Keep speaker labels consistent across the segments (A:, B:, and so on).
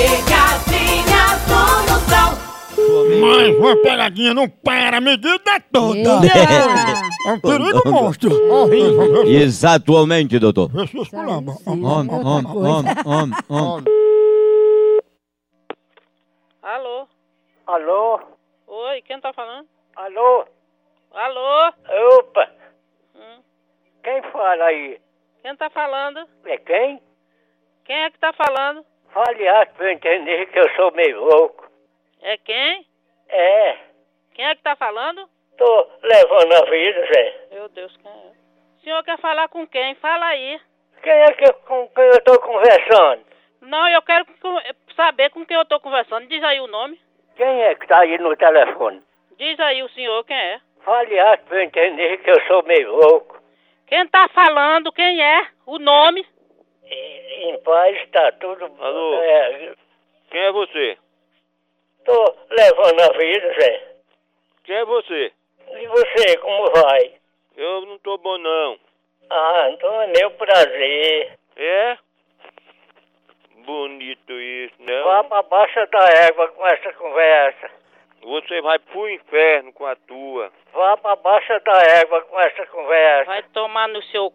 A: Pegadinha do Moção.
B: Mas uma pegadinha não para a medida toda. É um perigo monstro. Horrível.
C: Exatamente, doutor.
B: Jesus culamba.
C: Homem, homem, homem, homem, homem.
D: Alô?
E: Alô?
D: Oi, quem tá falando?
E: Alô?
D: Alô?
E: Opa!
D: Hum,
E: Quem fala aí?
D: Quem tá falando?
E: É quem?
D: Quem é que tá falando?
E: Fale alto pra eu entender que eu sou meio louco.
D: É quem?
E: É,
D: Quem é que tá falando?
E: tô levando a vida, Zé.
D: Meu Deus, quem é? O senhor quer falar com quem? Fala aí.
E: Quem é que, com quem eu tô conversando?
D: Não, eu quero co- saber com quem eu tô conversando. Diz aí o nome.
E: Quem é que tá aí no telefone?
D: Diz aí o senhor quem é.
E: Fale alto pra eu entender que eu sou meio louco.
D: Quem tá falando? Quem é? O nome?
E: E- em paz tá tudo bom.
F: Alô?
E: É,
F: Quem é você?
E: tô levando a vida, Zé.
F: Quem é você?
E: E você, como vai?
F: Eu não tô bom não.
E: Ah, então é meu prazer.
F: É? Bonito isso, né?
E: Vá pra baixa da égua com essa conversa.
F: Você vai pro inferno com a tua.
E: Vá pra baixa da égua com essa conversa.
D: Vai tomar no seu c...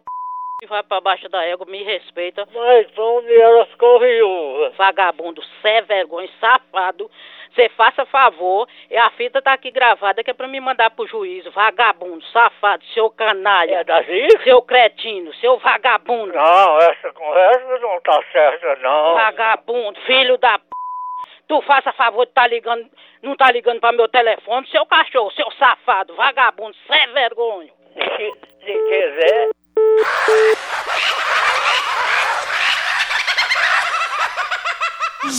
D: e vai pra baixo da égua. Me respeita.
E: Mas onde ela ficou viúva?
D: Vagabundo, cé vergonha, safado. Você faça favor. E a fita tá aqui gravada que é pra me mandar pro juízo. Vagabundo, safado, seu canalha.
E: É da Zica?
D: Seu cretino, seu vagabundo.
E: Não, essa conversa não tá certa, não.
D: Vagabundo, filho da p. Tu faça favor de tá ligando, não tá ligando pra meu telefone, seu cachorro, seu safado, vagabundo, sem vergonha.
E: Se, se quiser,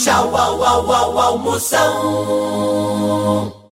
A: Tchau, au, au, au, almoção.